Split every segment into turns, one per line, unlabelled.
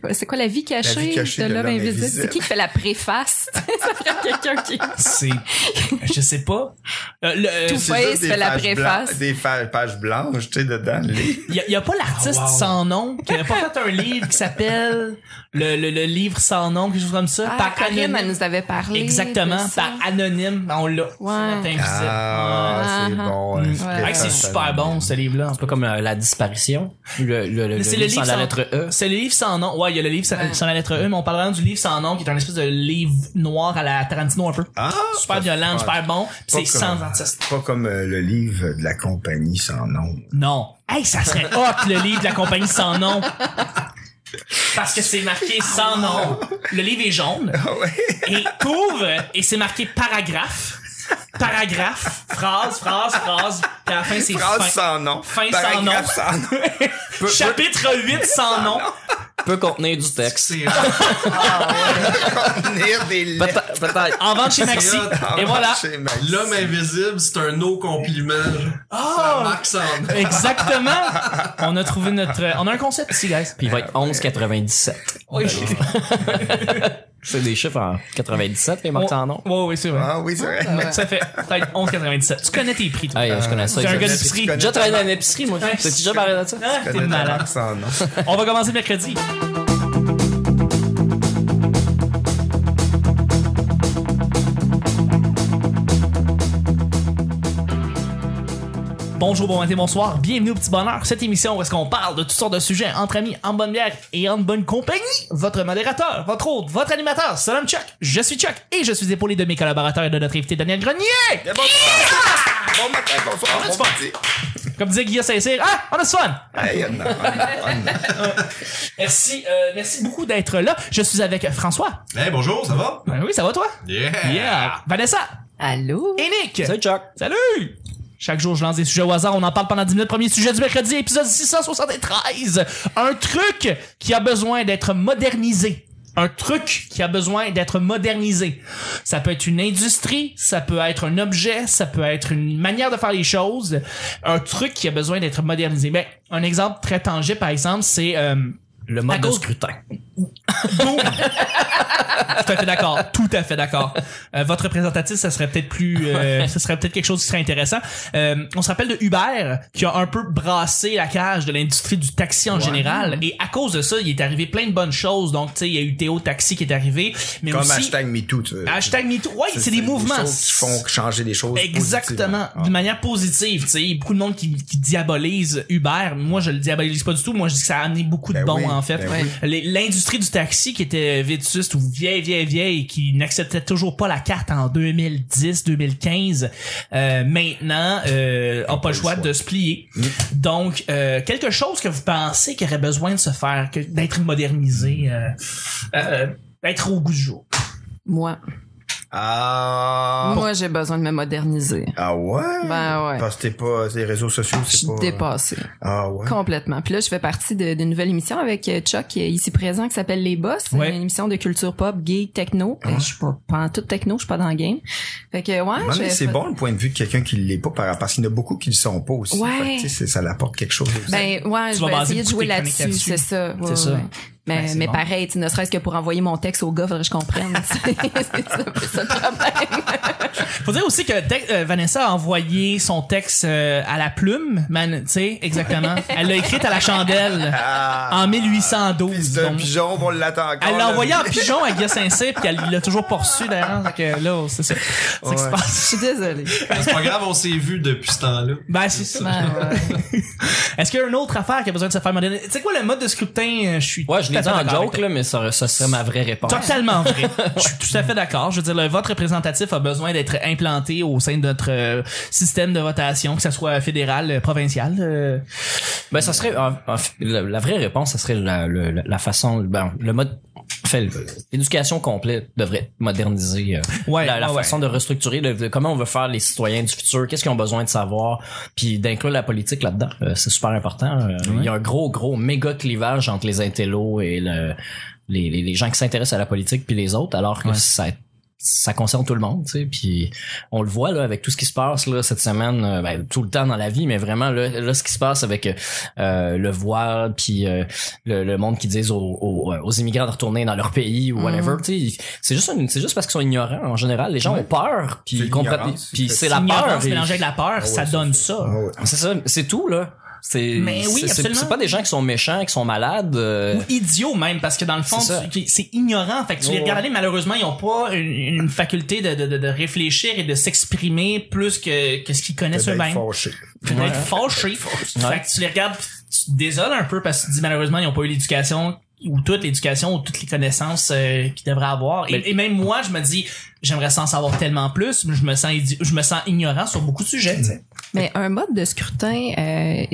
quoi, c'est quoi la vie cachée,
vie cachée
de,
de
l'homme
l'homme
invisible?
invisible.
C'est qui qui fait la préface? ça serait quelqu'un qui...
C'est. Je sais pas. Euh, le- euh,
Tout
C'est
Face
juste des
fait la
pages
préface.
blan- Des fa- pages blanches, tu sais, dedans. les-
Il n'y a, pas l'artiste
Ah, wow.
sans nom qui n'avait pas fait un livre qui s'appelle le, le, le livre sans nom, quelque chose comme ça,
Ah,
par
Corinne, elle
anonyme.
nous avait parlé.
Exactement,
de ça.
par anonyme. On l'a. sur notre invisible. Ouais.
Ah, c'est
Ah, ah.
bon. hein,
Ouais.
Hey, c'est
préface
super
anonyme.
bon ce livre-là.
C'est pas comme euh, La Disparition. Le, le, le,
Mais c'est
le livre sans la lettre E.
C'est le livre sans nom. Ouais, il y a le livre sans, sans la lettre E, mais on parle vraiment du livre sans nom qui est un espèce de livre noir à la Tarantino un peu.
Ah,
super
pas-
violent,
pas-
super bon. pis
pas
c'est sans
comme-
artiste.
Pas comme euh, le livre de la compagnie sans nom.
Non. Hey, ça serait hot le livre de la compagnie sans nom. Parce que c'est marqué sans nom. Le livre est jaune.
Ah
Et couvre, et c'est marqué paragraphe. Paragraphe, phrase, phrase, phrase. Puis à la fin, c'est fin.
Phrase sans nom.
Fin sans
paragraphe sans nom.
Chapitre 8
Ah
sans nom.
Peut contenir du texte.
euh, Ah,
Lire des lettres.
Peut-être. peut-être.
En vente chez Maxi.
Ah,
Et voilà.
c'est ma-
L'homme invisible, c'est Ah! un no compliment. Ça marque ça.
Exactement. On a trouvé notre, euh, on a un concept ici, guys.
Puis il va être 11,97.
Oui.
C'est des chiffres en 97, les marques sans nom.
Ouais, ouais, Oh, c'est vrai.
Ah oui, c'est vrai.
Ah ouais.
Ça fait peut-être 11,97. Tu connais tes prix, toi.
Hey, euh, je connais ça.
T'es un
je-
gars
J'ai
d'épicerie.
Tu connais
déjà travaillé
ta
dans
marque-
une épicerie, moi.
Ouais.
T'as déjà parlé de ça?
Ah,
tu
t'es
connais ta
malade.
marque sans nom.
On va commencer le mercredi. Bonjour, bon matin, bonsoir, bienvenue au Petit Bonheur, cette émission où est-ce qu'on parle de toutes sortes de sujets entre amis, en bonne bière et en bonne compagnie. Votre modérateur, votre hôte, votre animateur, c'est l'homme Chuck, je suis Chuck et je suis épaulé de mes collaborateurs et de notre invité Daniel Grenier.
Bon matin, bonsoir,
On a du
bon
fun.
midi.
Comme disait Guillaume Saint-Cyr, ah, on a du fun!
Hey, on a- on a- on a-
Merci, euh, merci beaucoup d'être là. Je suis avec François.
Hey, bonjour, ça va?
Ben oui, ça va toi?
Yeah!
Yeah! Vanessa!
Allô?
Et Nick!
Salut, Chuck.
Salut! Chaque jour, je lance des sujets au hasard. On en parle pendant 10 minutes. Premier sujet du mercredi, épisode 673. Un truc qui a besoin d'être modernisé. Un truc qui a besoin d'être modernisé. Ça peut être une industrie, ça peut être un objet, ça peut être une manière de faire les choses. Un truc qui a besoin d'être modernisé. Ben, un exemple très tangible, par exemple, c'est... euh,
Le mode
À
de
cause-
scrutin.
Boum. tout à fait d'accord. Tout à fait d'accord. Euh, votre représentatif, ça serait peut-être plus, euh, ça serait peut-être quelque chose qui serait intéressant. Euh, on se rappelle de Uber qui a un peu brassé la cage de l'industrie du taxi en général. Et à cause de ça, il est arrivé plein de bonnes choses. Donc, tu sais, il y a eu Théo Taxi qui est arrivé, mais
Comme
aussi Ah,
hashtag MeToo. tu veux.
hashtag MeToo. Ouais, c'est des mouvements.
choses qui font changer les choses.
Ben, Exactement,
positivement. Ah.
d'une manière positive. Tu sais, beaucoup de monde qui, qui diabolise Uber. Moi, je le diabolise pas du tout. Moi, je dis que ça a amené beaucoup de
Ben
bons
oui,
en fait.
ben
oui.
Les- L'industrie du taxi qui était vétuste ou vieille, vieille, vieille, et qui n'acceptait toujours pas la carte en 2010, 2015, euh, maintenant euh, a pas le choix de se plier.
Mm.
Donc, euh, quelque chose que vous pensez qui aurait besoin de se faire, que- d'être modernisé, euh, euh, d'être au goût du jour.
Moi.
Ah.
Moi, j'ai besoin de me moderniser.
Ah ouais?
Ben ouais.
Parce que t'es pas, les réseaux sociaux,
Je
c'est
suis
pas.
dépassée.
Ah ouais.
Complètement. Puis là, je fais partie de- d'une nouvelle émission avec euh, Chuck, qui est ici présent, qui s'appelle Les Boss.
Ouais.
Une émission de culture pop, gay, techno. Euh, Je suis pas, pas en tout techno, je suis pas dans le game. Fait que, ouais.
Mais
j'ai
c'est
fait-
Ah. bon le point de vue de quelqu'un qui l'est pas par- parce qu'il y en a beaucoup qui le sont pas aussi.
Ouais.
Fait que, tu sais, c'est- ça l'apporte quelque chose aussi.
Ben, ouais,
Tu
je
vas
vais
baser
essayer de
beaucoup
jouer
tes chroniques
là-dessus,
là-dessus.
c'est ça. Ouais,
C'est ça.
ouais. Mais,
Ben, c'est
mais
bon.
pareil, tu sais, ne serait-ce que pour envoyer mon texte au gars, faudrait que je comprenne. c'est ça, c'est ça le problème.
Faut dire aussi que te- euh, Vanessa a envoyé son texte euh, à la plume, man, tu sais, exactement. Elle l'a écrite à la chandelle
ah.
en
Fils
1812.
d'un
donc.
pigeon, on l'attend encore.
Elle l'a
là.
envoyé en pigeon à Guy Saint-Cyr, puis elle l'a toujours pas reçu d'ailleurs. Fait que là, c'est ça. C'est ça qui se
Ouais.
Je
passe.
suis désolée.
Ben, C'est pas grave, on s'est vu depuis ce temps-là.
Ben, c'est ça.
Ben, ouais.
Est-ce qu'il y a une autre affaire qui a besoin de se faire moderniser? Tu sais quoi, le mode de scrutin, euh, je suis.
Ouais, je
tout à
l'ai dit
fait
en
d'accord avec
joke, là, mais ça, ça serait ma vraie réponse.
Totalement vrai. Je suis tout à fait d'accord. Je veux dire, le vote représentatif a besoin d'être implanté au sein de notre euh, système de votation, que ce soit fédéral, euh, provincial. euh.
Ben, ça serait, en- en fait, la, la vraie réponse, ça serait la, le- la, la façon, ben, le mode, en fait, le- l'éducation complète devrait être modernisée. euh,
Ouais,
la la
ouais,
façon de restructurer, de, de comment on veut faire les citoyens du futur, qu'est-ce qu'ils ont besoin de savoir, puis d'inclure la politique là-dedans, euh, c'est super important. Euh, Il y a un gros, gros, méga clivage entre les intellos et le- les, les, les gens qui s'intéressent à la politique puis les autres, alors que ça ça concerne tout le monde, tu sais. Puis on le voit là avec tout ce qui se passe là cette semaine, euh, ben, tout le temps dans la vie, mais vraiment là, là, ce qui se passe avec euh, le voile, puis euh, le, le monde qui disent aux, aux, aux immigrants de retourner dans leur pays ou
Mm.
whatever, tu sais, c'est juste une- c'est juste parce qu'ils sont ignorants en général. Les gens ont peur, puis
C'est
ils comprennent-
l'ignorance,
puis
c'est
c'est la peur.
Ignorance
et-
mélangée avec la peur, ça
ouais,
donne ça.
Ah ouais.
C'est ça, c'est tout là. C'est
Mais oui,
c'est- c'est-
absolument.
c'est pas des gens qui sont méchants, qui sont malades. euh,
Ou idiot même, parce que dans le fond,
C'est ça.
tu- qui- c'est ignorant. Fait que tu les
Ouais,
regardes aller, malheureusement, ils ont pas une, une faculté de, de, de- de réfléchir et de s'exprimer plus que, que ce qu'ils connaissent
Peut-être
eux-mêmes.
fâché.
Puis d'être fâché. Fait que tu les regardes, pis tu te désoles un peu parce que tu te dis malheureusement, ils ont pas eu l'éducation ou toute l'éducation ou toutes les connaissances euh, qu'ils devraient avoir. Et, et même moi, je me dis, j'aimerais s'en savoir tellement plus, mais je me sens, idi- je me sens ignorant sur beaucoup de sujets. tu sais.
Mais un mode de scrutin euh,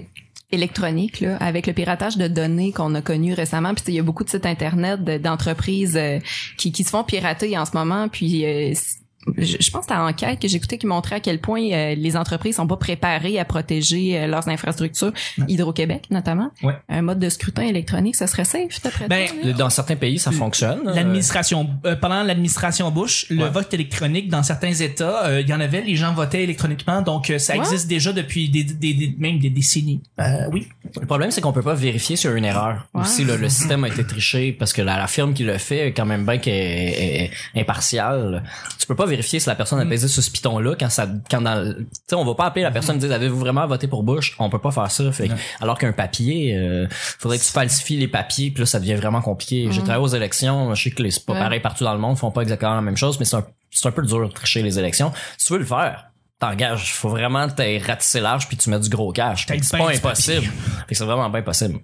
électronique, là, avec le piratage de données qu'on a connu récemment, puis tu sais, il y a beaucoup de sites internet de- d'entreprises euh, qui, qui se font pirater en ce moment, puis euh, c- je je pense à l'enquête que j'écoutais qui montrait à quel point euh, les entreprises sont pas préparées à protéger euh, leurs infrastructures, Hydro-Québec notamment.
Ouais.
Un mode de scrutin électronique, ça serait safe d'après
Ben,
toi, là?
Dans certains pays, ça fonctionne.
L'administration, euh, pendant l'administration Bush, le vote électronique dans certains États, euh, il y en avait, les gens votaient électroniquement, donc euh, ça
Ouais.
existe déjà depuis des, des- des- même des décennies. Euh, oui.
Le problème, c'est qu'on peut pas vérifier sur une erreur.
Ouais.
Ou si le, le système a été triché, parce que la, la firme qui le fait est quand même bien qu'elle est, est- est impartiale. Tu peux pas vérifier si la personne a
Mm.
pesé sur ce piton-là quand ça, quand dans, le- tu sais, on va pas appeler la personne et dire avez-vous vraiment voté pour Bush? On peut pas faire ça. Fait que- alors qu'un papier, euh, faudrait que tu falsifies les papiers, puis là, ça devient vraiment compliqué. J'ai travaillé aux élections, je sais que les, c'est pas
Mm. Ouais.
pareil partout dans le monde, font pas exactement la même chose, mais c'est un, c'est un peu dur de tricher les élections. Si tu veux le faire, t'engages. Faut vraiment t'es ratissé large puis tu mets du gros cash.
T'as
Fait que
du
C'est
pain,
pas
du
impossible. Fait que c'est vraiment bien possible.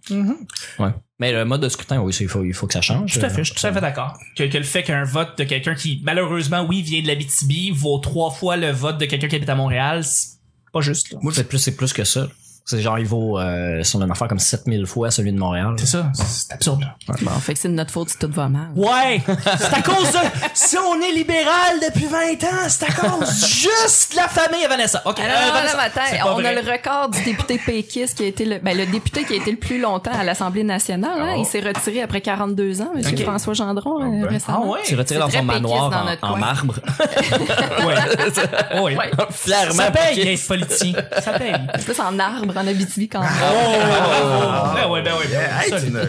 Ouais. Mais le mode de scrutin, oui, c'est- il faut, il faut que ça change.
Mm-hmm.
Euh,
Tout à fait, je suis tout à fait d'accord. Que, que le fait qu'un vote de quelqu'un qui, malheureusement, oui, vient de l'Abitibi, vaut trois fois le vote de quelqu'un qui habite à Montréal, c'est pas juste. là.
Moi, c'est plus, c'est plus que ça. C'est genre, il vaut, euh, son affaire comme 7000 fois celui de Montréal.
C'est ça, c'est absurde.
Bon, fait que c'est de notre faute si tout va mal.
Ouais, c'est à cause de... Si on est libéral depuis 20 ans, c'est à cause juste de la famille à Vanessa. Ok,
Alors,
euh, Vanessa,
voilà, matin,
c'est pas
on
vrai.
a le record du député péquiste qui a été le, ben, le député qui a été le plus longtemps à l'Assemblée nationale. hein.
Oh.
Il s'est retiré après 42 ans, M.
Ah, Ok.
François Gendron, euh,
Ah ben.
récemment.
Ah ouais?
Tu retires
C'est
dans
très
son manoir
péquiste dans notre
en- en,
coin.
marbre.
Ouais. ouais.
Ouais.
Fièrement
Ça paye,
piqué.
les politiciens. Ça paye.
C'est plus en arbre, en Abitibi
Ah,
quand même.
Oh, ben ouais, ben ouais.
Yeah, hey,
Ça,
tu me-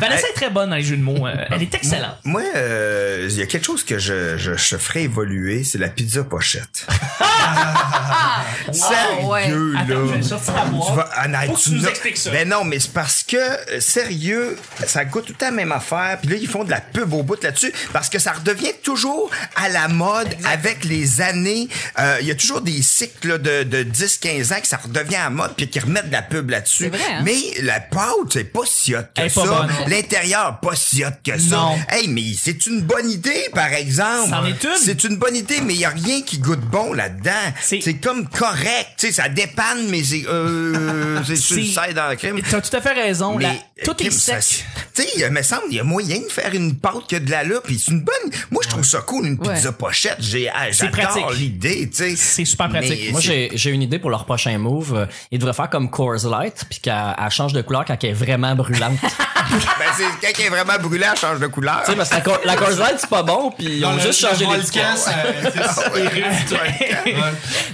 Vanessa est très bonne dans les jeux de mots. euh, Elle est excellente.
Moi, euh, il y a quelque chose que je, je, je ferais évoluer, c'est la pizza pochette.
Ah!
Sérieux, là.
Attends, je vais le sortir à boire.
Tu vas- ah, non,
Faut que tu nous expliques ça.
Ben non, mais c'est parce que, euh, sérieux, ça goûte tout à la même affaire. Puis là, ils font de la pub au bout là-dessus parce que ça redevient toujours à la mode avec les années. Euh, Il y a toujours des cycles là, de, de 10-15 ans que ça redevient à la mode puis qu'ils remettent de la pub là-dessus.
C'est vrai, hein?
Mais la pâte, c'est pas si hot que
Elle est pas
ça.
bonne.
L'intérieur, pas si hot que ça.
Non.
Hey, mais c'est une bonne idée, par exemple.
C'en est une.
C'est une bonne idée, mais il y a rien qui goûte bon là-dedans.
C'est-
C'est comme correct, tu sais, ça dépanne, mais c'est euh, c'est sur le
C'est-
side dans la crème.
T'as tout à fait raison.
Mais
la- Tout est
crème, ça-
sec.
Tu sais, il me semble il y a moyen de faire une pâte que de la là, puis c'est une bonne. Moi, je trouve ça cool une
Ouais.
pizza pochette. J'ai, ah, j'adore
pratique.
l'idée, tu sais.
C'est super pratique.
Mais
Moi,
c'est-
j'ai j'ai une idée pour leur prochain move. Euh, Ils devraient faire comme Coors Light, puis qu'elle elle change de couleur quand elle est vraiment brûlante.
ben, c'est quand qui est vraiment brûlé, elle change de couleur.
tu sais, parce que la, Co- la Coors Light, c'est pas bon, puis ils ont
Euh,
juste changé
les
l'étiquette.
Ah,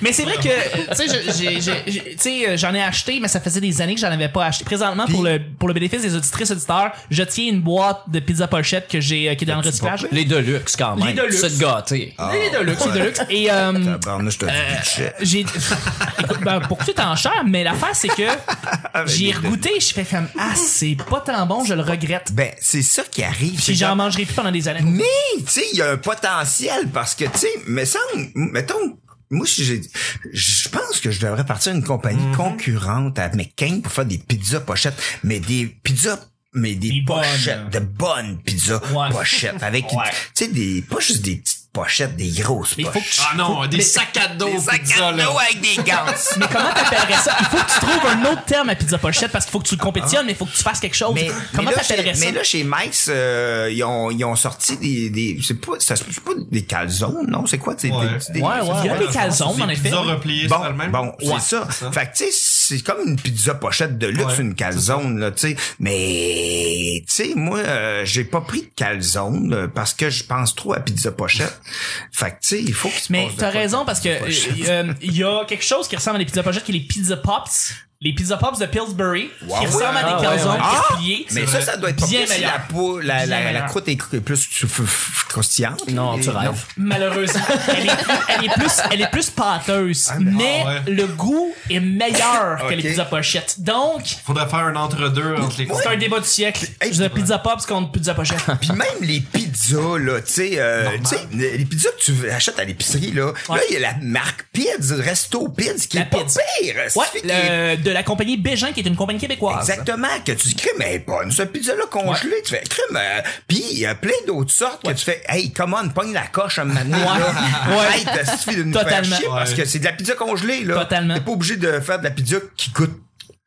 Mais c'est vrai que, tu sais, je- j'ai- j'ai- j'ai- tu sais, euh, j'en ai acheté, mais ça faisait des années que j'en avais pas acheté. Présentement, pour le, pour le bénéfice des auditrices auditeurs, je tiens une boîte de pizza pochette que j'ai, euh, qui est dans le recyclage.
Les Deluxe, quand même.
Les Deluxe.
C'est de gâté.
Ah.
Les Deluxe, les Deluxe. Et, euh,
Tabarnouche, Ah, je te dis du shit.
J'ai. Écoute, ben, pour que tout en cher, mais l'affaire, c'est que j'y ai regoûté et je fais comme Ah, c'est pas tant bon, je le regrette.
Ben, c'est ça qui arrive. c'est
Puis j'en
comme-
mangerai plus pendant des années.
Mais, tu sais, il y a un potentiel parce que, tu sais, me semble, mettons, moi, si j'ai, je pense que je devrais partir une compagnie
Mm-hmm.
concurrente à McCain pour faire des pizzas pochettes, mais des pizzas mais des,
Des bonnes.
pochettes, de bonnes pizzas
Ouais.
pochettes avec
Ouais.
tu sais des pas juste des petites pochettes, des grosses
Mais faut que
pochettes.
Ah non, des sacs à dos,
Des sacs à
pizza, là.
dos avec des gants.
Mais comment t'appellerais ça? Il faut que tu trouves un autre terme à pizza pochette parce qu'il faut que tu le compétitionnes, mais il faut que tu fasses quelque chose.
Ah. Mais,
comment
mais là, chez-
t'appellerais ça?
Mais là, chez Mike's, euh, ils, ont, ils ont sorti des... des c'est pas, ça, se- c'est pas des calzones, non? C'est quoi? C'est
Ouais.
des, des-
Ouais, ouais.
Il y a des calzones,
Des
en effet.
pizzas repliées
Bon,
sur elles-mêmes.
bon,
Ouais.
c'est ça. Fait que, tu sais, c'est comme une pizza pochette de luxe,
Ouais,
une calzone, là, tu sais. Mais, tu sais, moi, euh, j'ai pas pris de calzone euh, parce que je pense trop à pizza pochette. Fait que, tu sais, il faut qu'il se
Mais
passe de
t'as
quoi
raison
dans
parce que
une pochette.
euh, euh, il y a quelque chose qui ressemble à des pizza pochettes qui est les pizza pops. Les pizza pops de Pillsbury
Wow.
qui ressemblent à
Ah,
des
ouais,
calzones
ouais.
Ah!
crispillés.
Mais ça, ça doit être pas
bien
pire si la,
meilleur.
peau, la, la,
Bien
la
meilleur.
croûte est cr- plus cr- cr- croustillante.
Non,
Et-
tu rêves.
Malheureusement, elle est, plus, elle est plus, elle est plus pâteuse,
ben-
mais
Ah, ouais.
le goût est meilleur que les
Ok.
pizza pochettes. Donc,
Faudrait faire un entre-deux entre les
c'est un débat du siècle.
Hey,
Je dis pizza pops contre pizza pochette.
Puis même les pizzas, là, tu sais, euh, tu sais, les pizzas que tu achètes à l'épicerie, là, là, il y a la marque Pids, Resto Pids, qui
La
est pas
Pids.
pire. Ça
Ouais,
fait qu'il est-
le- de la compagnie Bégin qui est une compagnie québécoise.
Exactement, que tu dis, crème, elle est bonne, cette pizza-là congelée, tu fais, crème, euh, puis il y a plein d'autres sortes que tu fais, hey, comment on pogne la coche un moment donné,
Ouais.
là.
Ouais.
Hey, t'as suffi de nous faire
Totalement.
chier, parce
Ouais.
que c'est de la pizza congelée, là.
Totalement.
T'es pas obligé de faire de la pizza qui coûte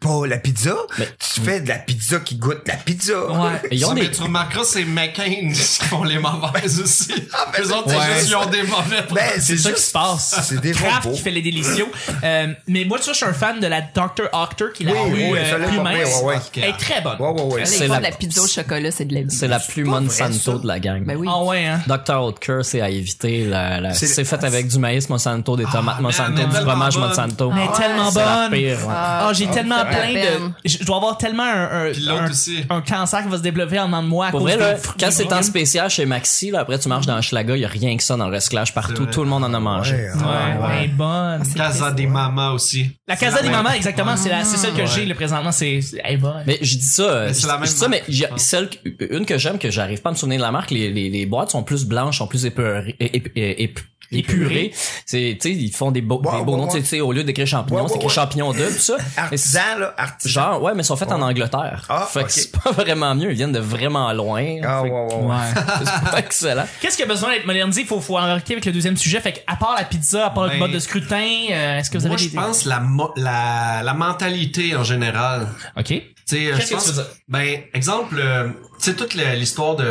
pas la pizza, tu fais de la pizza qui goûte la pizza.
Ouais.
Ils ont
Ouais,
des
mais tu remarqueras, c'est McCain qui font les mauvaises aussi.
Ah, ben,
les autres, c'est
ouais.
juste, ils ont des mauvais
Ben, c'est
C'est ça
juste-
qui se passe.
C'est des
Kraft
robots.
qui fait les délicieux. Euh, mais moi, tu vois, je suis un fan de la Dr. Octor qui est la
Oui,
rue
oui,
euh,
ça l'a
plus
pas
mince.
pris, ouais, ouais.
Elle est très bonne.
Ouais, ouais, ouais.
Allez,
C'est
pas
la-
de la pizza au chocolat, c'est de la
c'est la plus
pas vrai, ça.
Monsanto de la gang.
Ben oui.
Ah ouais, hein.
Dr. Oetker, c'est à éviter. la- la-
C'est-
C'est fait avec du maïs Monsanto, des tomates
man,
Monsanto,
elle est
du
tellement
fromage
bonne.
Monsanto.
Mais elle est tellement
C'est la
bonne.
pire. hein. ouais.
Ah, j'ai tellement
c'est
plein
la
de.
peine.
Je dois avoir tellement un, un,
Puis l'autre
un-
aussi.
un cancer qui va se développer en dedans de moi à
Pour
cause
vrai,
de
là,
fruits
quand
et
c'est en
légumes.
spécial chez Maxi, là, après tu marches dans Schlaga, il y a rien que ça dans le recyclage
C'est
partout.
vrai.
Tout le monde en a mangé.
Ouais,
Ouais, ouais,
Ah,
bonne.
Casa des mamas aussi.
La casa des
même.
mamans, exactement, c'est la- c'est celle que
Ouais.
j'ai là, présentement, c'est c'est- elle est bonne.
Mais je dis ça, euh,
Mais
je,
c'est la
je
même
dis ça, mais
marque,
j'ai-
je pense.
celle, que- une que j'aime que j'arrive pas à me souvenir de la marque, les, les, les boîtes sont plus blanches, sont plus épeurées- ép- ép- épurées. C'est, tu sais, ils font des beaux,
Ouais,
des beaux
ouais,
noms, tu sais,
ouais.
tu sais, au lieu d'écrire champignons,
Ouais, ouais,
c'est écrit
ouais.
champignons d'œufs, pis ça. Mais c'est-
Artisan, là, artisan.
Genre, ouais, mais ils sont faits en Angleterre.
Ah,
fait
ok.
que c'est pas vraiment mieux. Ils viennent de vraiment loin.
Ah, ouais,
Fait que-
ouais, ouais.
c'est pas excellent.
Qu'est-ce qui a besoin d'être modernisé? Faut, faut embarquer avec le deuxième sujet. Fait que, à part la pizza, à part le
Ben,
mode de scrutin, euh, est-ce que vous
Moi,
avez
je
des
pense la, mo- la, la mentalité en général.
OK. Qu'est-ce
Tu sais, je
que
pense-
tu veux dire?
Ben, exemple, euh, tu sais, toute la- l'histoire de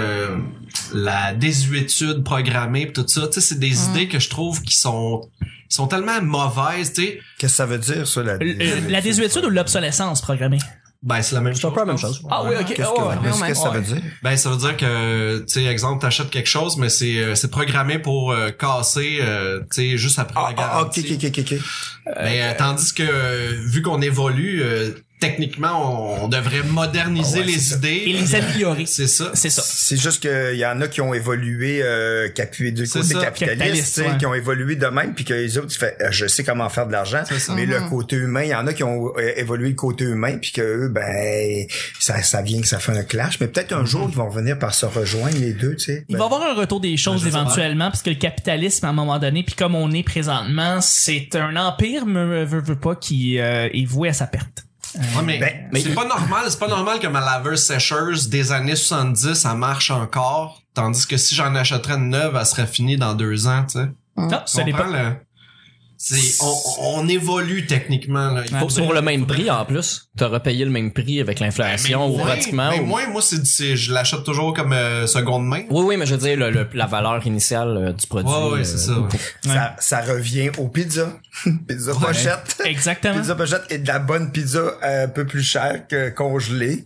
la désuétude programmée pis tout ça, tu sais, c'est des
Mm.
idées que je trouve qui sont, qui sont tellement mauvaises, tu sais.
Qu'est-ce que ça veut dire, ça, la
Euh, La désuétude ou l'obsolescence programmée?
Ben, c'est la même
C'est un
chose.
peu la même chose.
Ah oui, ok.
Qu'est-ce que, qu'est-ce que ça veut dire?
Ben, ça veut dire que, tu sais, exemple, t'achètes quelque chose, mais c'est, euh, c'est programmé pour euh, casser, euh, tu sais, juste après
Ah,
la
ah, ok,
garantie.
ok, ok, ok.
Mais euh, tandis que euh, vu qu'on évolue, euh, techniquement, on, on devrait moderniser
Ah ouais,
les
c'est ça.
idées.
Et les améliorer.
C'est ça.
C'est ça.
C'est juste qu'il y en a qui ont évolué, euh, capu- du
C'est
côté
ça,
capitaliste,
capitaliste,
tu sais,
ouais.
qui ont évolué de même, puis que les autres, tu fais, euh, je sais comment faire de l'argent,
C'est ça.
mais
Mhm.
le côté humain, il y en a qui ont euh, évolué le côté humain, puis que eux, ben, ça, ça vient que ça fait un clash, mais peut-être un jour, ils vont revenir par se rejoindre, les deux, tu sais.
Mhm. Il
Ben,
va y avoir un retour des choses
Je sais pas.
éventuellement, parce que le capitalisme, à un moment donné, puis comme on est présentement, c'est un empire, me veut, veut pas, qui euh, est voué à sa perte.
Ouais, mais
Ben,
c'est pas normal, c'est pas normal que ma laveuse sécheuse des années 70, ça marche encore, tandis que si j'en achèterais une neuve, elle serait finie dans deux ans, tu sais.
Non, Ah, ce n'est
Comprends,
pas...
là? C'est, on, on évolue techniquement, là. Il
Ouais.
faut
Pour, pour le même prix, en plus, t'as repayé le même prix avec l'inflation ou
Ouais,
pratiquement.
Ben, mais
ou-
moi, moi, c'est, c'est- je l'achète toujours comme euh, seconde main.
Oui, oui, mais je veux dire, le- le- la valeur initiale euh, du produit.
Ouais, ouais,
euh,
c'est ça. ouais.
ça, ça revient aux pizzas. pizza pochette.
Exactement.
Pizza pochette et de la bonne pizza euh, un peu plus chère que congelée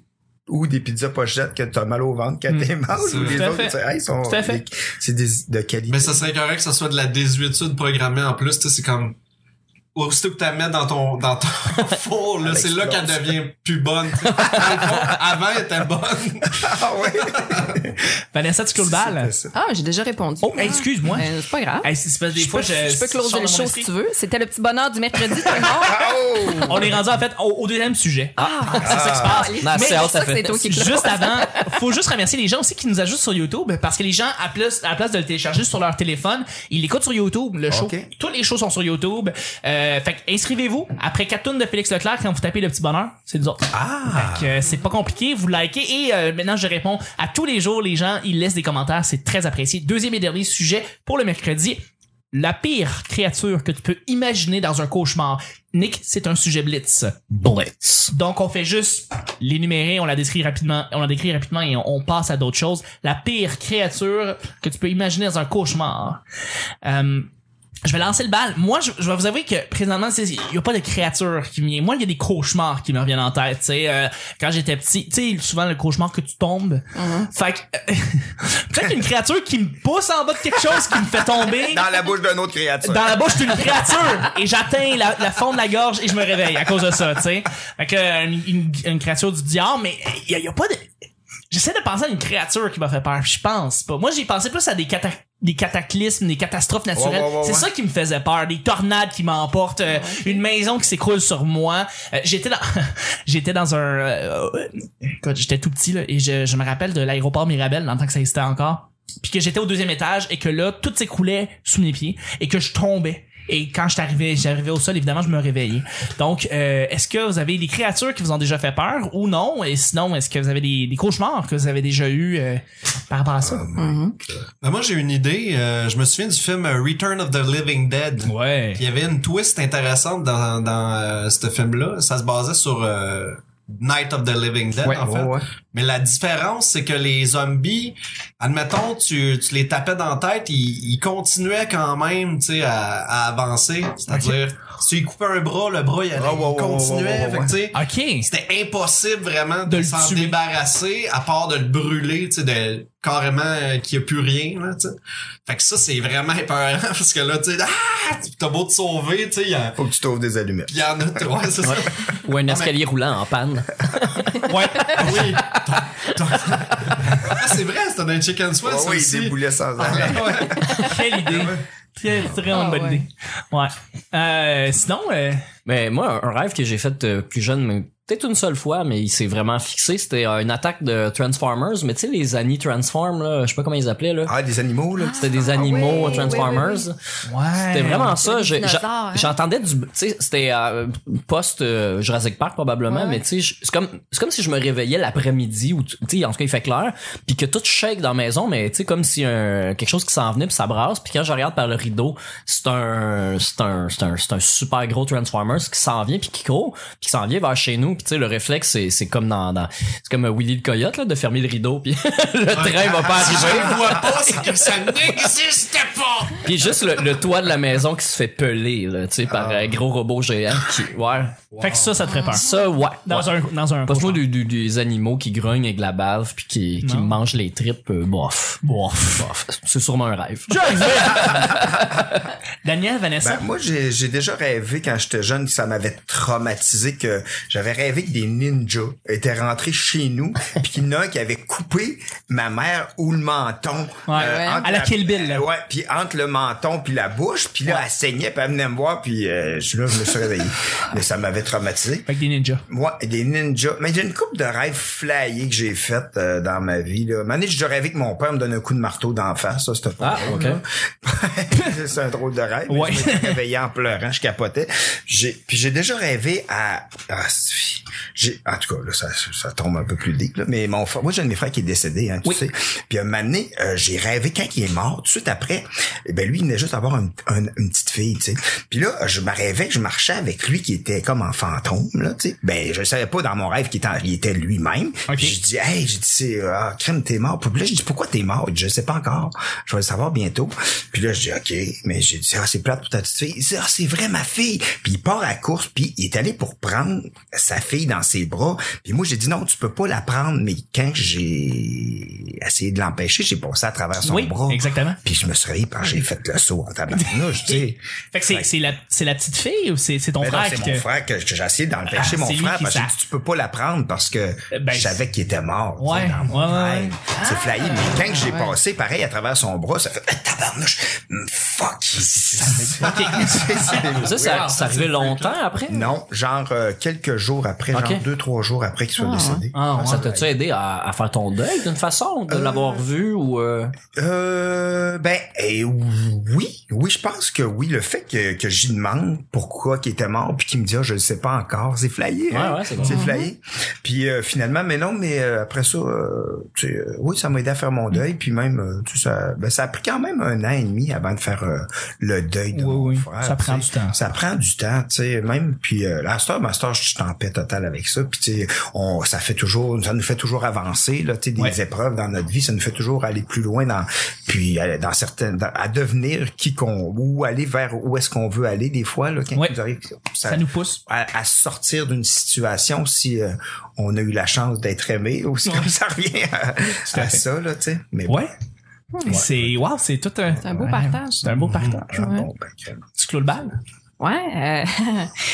ou des pizzas pochettes que t'as mal au ventre quand t'es manges
Hmm. C'est
ou
vrai.
les
Tout à
autres
fait.
tu sais, hey, ils sont
Tout à fait.
des- c'est des de qualité
Mais ça serait correct que ça soit de la désuétude programmée en plus, tu sais, c'est comme aussitôt que tu la mets dans ton dans ton four, là,
Elle
c'est là qu'elle
explose.
devient plus bonne. tu sais. Dans le fond, Avant, elle était bonne.
ah ouais
Vanessa, tu clôt le bal.
C'était ça.
Ah, j'ai déjà répondu.
Oh, excuse-moi.
Ben, c'est pas grave.
Hey, c'est c'est parce que des
je,
fois,
peux,
je,
je peux closer
sors
le
de mon
show
esprit. Ah.
si tu veux. C'était le petit bonheur du mercredi, tout le monde.
Oh!
On est rendu en fait au, au deuxième sujet.
Ah,
Non,
mais
c'est
c'est
hâte,
pour
ça
ça que
fait-
c'est toi qui clôt.
Juste avant, faut juste remercier les gens aussi qui nous ajoutent sur YouTube parce que les gens à plus à la place de le télécharger sur leur téléphone, ils l'écoutent sur YouTube le show.
Ok.
Tous les shows sont sur YouTube. Euh, fait que inscrivez-vous après 4 tonnes de Félix Leclerc quand vous tapez le petit bonheur, c'est nous autres.
ah
Fait que, euh, c'est pas compliqué, vous likez et euh, maintenant je réponds à tous les jours les gens, ils laissent des commentaires, c'est très apprécié. Deuxième et dernier sujet pour le mercredi. La pire créature que tu peux imaginer dans un cauchemar. Nick, c'est un sujet blitz.
Blitz.
Donc, on fait juste l'énumérer, on la décrit rapidement, on la décrit rapidement et on, on passe à d'autres choses. La pire créature que tu peux imaginer dans un cauchemar. Euh, je vais lancer le bal. Moi, je, je vais vous avouer que présentement, c'est- il n'y a pas de créature qui me vient. Moi, il y a des cauchemars qui me reviennent en tête. tu sais, euh, quand j'étais petit, tu sais, souvent le cauchemar que tu tombes. Fait que, Peut-être une créature qui me pousse en bas de quelque chose, qui me fait tomber.
Dans la bouche d'une autre créature.
Dans la bouche d'une créature et j'atteins la, la fond de la gorge et je me réveille à cause de ça, tu sais. Fait que euh, une, une- une créature du diable, mais il y, a- y a pas de. J'essaie de penser à une créature qui m'a fait peur. Je pense pas. Moi, j'ai pensé plus à des, cata- des cataclysmes, des catastrophes naturelles.
Ouais, ouais, ouais,
C'est
ouais.
ça qui me faisait peur. Des tornades qui m'emportent, euh, une maison qui s'écroule sur moi. Euh, j'étais dans, j'étais dans un, euh, euh, écoute, j'étais tout petit là et je, je me rappelle de l'aéroport Mirabel dans le temps que ça existait encore. Puis que j'étais au deuxième étage et que là tout s'écroulait sous mes pieds et que je tombais. Et quand je t'arrivais, j'arrivais au sol, évidemment, je me réveillais. Donc, euh, est-ce que vous avez des créatures qui vous ont déjà fait peur ou non? Et sinon, est-ce que vous avez des, des cauchemars que vous avez déjà eu euh, par rapport à ça?
Ben, moi, j'ai une idée. Euh, je me souviens du film euh, Return of the Living Dead.
Ouais.
Puis Il y avait une twist intéressante dans, dans euh, ce film-là. Ça se basait sur euh, Night of the Living Dead,
Ouais,
en fait.
ouais, ouais.
Mais la différence, c'est que les zombies, admettons, tu, tu les tapais dans la tête, ils, ils continuaient quand même tu sais, à, à avancer. C'est-à-dire, si tu lui coupais un bras, le bras, il, allait,
Ah, ouais,
il
ouais,
continuait.
ouais, ouais, ouais,
Fait que,
ouais.
tu sais,
OK.
c'était impossible vraiment
De
de,
le
s'en
tuer.
débarrasser à part de le brûler, tu sais, de carrément euh, qu'il n'y a plus rien, là, tu sais. Fait que ça, c'est vraiment épeurant parce que là, tu sais, ah, t'as beau te sauver, tu sais, il y, en-
Faut que tu trouves des allumettes.
puis il y en a trois, c'est ça.
Ou
Ah,
un escalier roulant en panne.
Ouais.
Oui. T'as- t'as- Ah, c'est vrai, c'était dans Chicken Sweat,
Ouais,
ça
Oh oui,
aussi.
des boulets sans arrêt.
Ah, ouais.
Quelle idée. Quelle très
Ah,
bonne
ouais.
idée. Ouais. Euh, sinon, euh,
Mais moi, un un rêve que j'ai fait euh, plus jeune, mais peut-être une seule fois, mais il s'est vraiment fixé, c'était euh, une attaque de Transformers. Mais tu sais, les Annie Transform, là, je sais pas comment ils appelaient, là.
Ah, des animaux, là.
C'était des animaux
oui, oui,
Transformers.
oui,
ouais.
C'était vraiment ça.
des
j'ai-
dinosaures,
j'a-
hein.
J'entendais du, tu sais, c'était euh, post euh, Jurassic Park probablement,
Ouais,
mais
ouais.
tu sais, je- c'est comme, c'est comme si je me réveillais l'après-midi ou tu tu sais, en tout cas il fait clair, puis que tout shake dans la maison, mais tu sais comme si un, quelque chose qui s'en venait puis ça brasse, puis quand je regarde par le rideau, c'est un, c'est un, c'est un, c'est un super gros Transformers qui s'en vient puis qui court, puis qui s'en vient vers chez nous, puis tu sais le réflexe c'est, c'est comme dans, dans- c'est comme Willy le coyote là de fermer le rideau puis le train va pas
Si
arriver.
je le vois pas, c'est que ça n'existe pas.
Puis juste le, le toit de la maison qui se fait peler, là, tu sais, par un gros robot géant qui, ouais.
Fait que ça, ça te ferait peur.
Ça, ouais.
Dans un, dans un.
Parce que moi, du- du- des animaux qui grognent avec de la bave puis qui, qui
Non.
mangent les tripes, euh, bof. Bof. bof. C'est sûrement un rêve.
Daniel, Vanessa.
Ben, moi, j'ai j'ai déjà rêvé quand j'étais jeune, ça m'avait traumatisé que j'avais rêvé que des ninjas étaient rentrés chez nous, puis qu'il y en a un qui avait coupé ma mère ou le menton. euh,
Ouais, ouais.
entre
À la Kill Bill, là.
Ouais, puis entre le menton puis la bouche, puis là, elle saignait, puis elle venait me voir, puis euh, je, là, je me suis réveillé. Mais ça m'avait traumatisé.
Fait que des ninjas.
Moi, des ninjas. Mais j'ai une coupe de rêves flyés que j'ai faites euh, dans ma vie. Là. Mané, j'ai rêvé que mon père me donne un coup de marteau d'en face. Ça, c'était pas
Ah, ok.
Ouais, c'est un drôle de rêve. mais
Ouais.
Je me réveillais en pleurant, je capotais. J'ai, puis j'ai déjà rêvé à... ah, si. j'ai, en tout cas, là, ça, ça tombe un peu plus deep. là, mais mon frère, moi, j'ai un de mes frères qui est décédé, hein, tu
Oui.
sais. Puis un moment donné, euh, j'ai rêvé quand il est mort, tout de suite après, eh ben lui, il venait juste d'avoir un- un- une petite fille, tu sais. Puis là, je me rêvais que je marchais avec lui qui était comme en fantôme, là, tu sais. Ben, je savais pas dans mon rêve qu'il était, il était lui-même.
Ok.
Puis je dis, hey, j'ai dit, c'est, euh, ah, crème, t'es mort. Puis là, j'ai dit, pourquoi t'es mort? Il dit, je sais pas encore. Je vais le savoir bientôt. Puis là, je dis, OK. Mais j'ai dit, ah, c'est plate pour ta petite fille. Il dit, ah, c'est vrai, ma fille. Puis il part à la course, puis il est allé pour prendre sa fille dans ses bras. Puis moi, j'ai dit, non, tu peux pas la prendre. Mais quand j'ai essayé de l'empêcher, j'ai passé à travers son
Oui,
bras.
exactement.
Puis je me suis réveillé quand j'ai fait le saut en tabarnouche, tu sais.
Fait que c'est, c'est la, c'est la petite fille ou c'est, c'est ton
Ben non,
frère
c'est
qui
mon
te-
frère que j'ai essayé d'empêcher
Ah,
mon
c'est lui
frère
qui
parce que j'ai
s'a-
dit, tu peux pas la prendre parce que
Ben,
je savais qu'il était mort. tu
Ouais,
sais, dans mon
ouais, ouais.
rêve. C'est flyé, mais quand j'ai
ouais.
passé pareil à travers son bras, ça fait Ah, tabarnouche, Mm, fuck. C'est- c'est-
Ça, ça, ça arrivait longtemps après?
Non, genre euh, quelques jours après,
Ok.
genre deux, trois jours après qu'il soit décédé.
Ah, ouais. Ça t'a-tu aidé à, à faire ton deuil d'une façon, de l'avoir vu ou... euh,
Euh, ben eh, oui, oui, je pense que oui. Le fait que, que j'y demande pourquoi qu'il était mort, puis qu'il me dit Ah, je le sais pas encore, c'est flyé. hein.
Ouais, ouais, c'est bon.
flyé. Puis euh, finalement, mais non, mais euh, après ça, euh, tu sais, euh, oui, ça m'a aidé à faire mon
Mm.
deuil. Puis même, euh, tu sais, ça, ben, ça a pris quand même un an et demi avant de faire euh, le deuil de
Oui,
mon
oui.
frère.
Ça
tu
prend
sais.
du temps.
Ça prend du temps, tu sais, même. Puis euh, la star, ma star, je suis en paix totale avec ça. Puis tu sais, on, ça fait toujours, ça nous fait toujours avancer, là, tu sais, des
Ouais.
épreuves dans notre vie, ça nous fait toujours aller plus loin dans, puis euh, dans certaines, dans- à devenir qui qu'on, ou aller vers où est-ce qu'on veut aller des fois, là, quand
Ouais.
il nous arrive, ça-
Ça nous pousse.
à, à sortir d'une situation si euh, on a eu la chance d'être aimé ou si ça revient à, à
fait.
ça là tu sais mais
Ouais. C'est, wow, c'est tout un.
C'est un beau
Ouais.
partage.
C'est un beau
Mhm.
partage.
Ouais.
Bon, ben, crème.
Tu clôt le bal?
Ouais. Euh,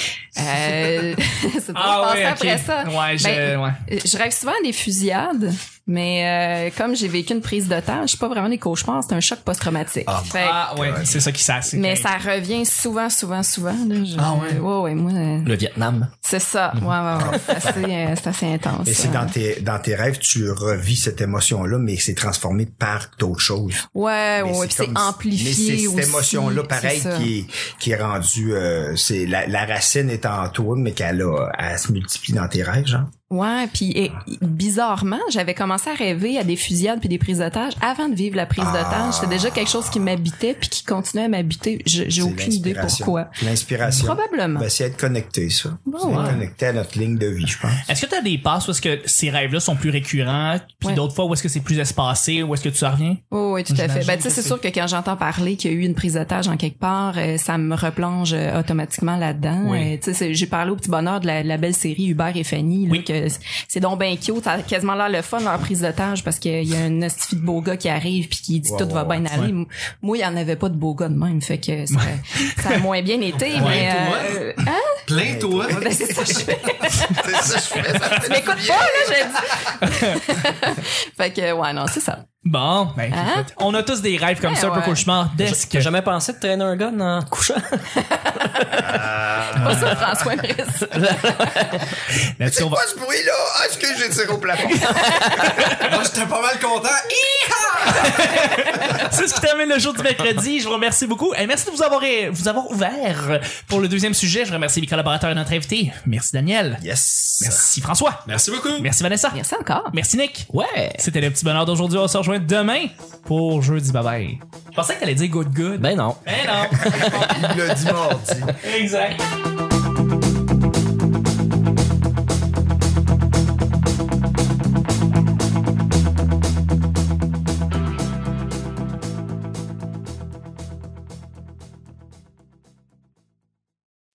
euh,
Ah,
c'est drôle de penser après ça.
Ouais, je,
Ben,
ouais.
Euh, Je rêve souvent à des fusillades, mais euh, comme j'ai vécu une prise d'otage, c'est pas vraiment des cauchemars, c'est un choc post-traumatique.
Ah,
Fait que-
Ah, ouais, c'est ça qui s'assied.
ben, mais ça revient souvent, souvent, souvent. là. Je-
Ah ouais?
Ouais, ouais, moi, euh,
Le Vietnam.
c'est ça. Ouais, ouais, ouais. C'est assez, euh, c'est assez intense.
Ah. Mais c'est
ouais.
dans tes, dans tes rêves, tu revis cette émotion-là, mais c'est transformé par d'autres choses.
Ouais,
Mais
Ah ouais, puis c'est
comme-
amplifié
Mais c'est cette
aussi,
émotion-là, pareil,
c'est ça.
qui est, qui est rendue... euh, c'est la, la racine est en toi, mais qu'elle a, elle se multiplie dans tes rêves, genre.
Ouais, puis et- bizarrement, j'avais commencé à rêver à des fusillades puis des prises d'otages avant de vivre la
Ah.
prise d'otage. C'était déjà quelque chose qui m'habitait puis qui continuait à m'habiter. Je- J'ai
C'est
aucune idée
l'inspiration.
pourquoi.
L'inspiration.
Probablement.
Ben, c'est être connecté, ça.
Bon,
c'est
ouais.
être connecté à notre ligne de vie, je pense.
Est-ce que t'as des passes où est-ce que ces rêves-là sont plus récurrents, puis
Ouais.
d'autres fois où est-ce que c'est plus espacé, où est-ce que tu en reviens?
Oh, oui, tout à fait.
J'imagine
Ben, tu sais,
que
c'est
c'est-
sûr que quand j'entends parler qu'il y a eu une prise d'otage en quelque part, euh, ça me replonge euh, automatiquement là-dedans.
Oui.
Euh, tu sais, c'est- j'ai parlé au petit bonheur de la, de la belle série Hubert et Fanny, là,
Oui.
que c- c'est donc ben cute. Ça a quasiment l'air le fun, leur prise d'otage, parce qu'il y a un hostie de beau gars qui arrive puis qui dit
Ouais,
tout
ouais,
va bien
ouais.
aller. M- Moi, il n'y en avait pas de beau gars de même, fait que ça, ça a moins bien été, mais... euh, hein?
Plains-toi.
Ben, c'est ça, je fais.
c'est ça, je fais ça.
Tu m'écoutes pas, là, je le dis. fait que, ouais, non, c'est ça.
Bon, ben,
Hein?
écoute, on a tous des rêves comme
Ouais,
ça, un peu
ouais.
cauchemardesques.
T'as jamais pensé de traîner un gun en couchant?
Pas ça, François Brice.
C'est
Là-dessus, Ben, on va-
quoi ce bruit-là? Ah, est-ce que j'ai tiré au plafond?
Moi, j'étais pas mal content.
C'est ce qui termine le jour du mercredi. Je vous remercie beaucoup. Et merci de vous avoir, euh, vous avoir ouvert pour le deuxième sujet. Je remercie mes collaborateurs et notre invité. Merci Daniel.
Yes.
Merci François.
Merci beaucoup.
Merci Vanessa.
Merci encore.
Merci Nick.
Ouais.
C'était le petit bonheur d'aujourd'hui. On se rejoint demain pour jeudi. Bye bye. Je pensais que t'allais dire good good.
Ben non.
Ben non.
Il l'a dit mardi.
exact.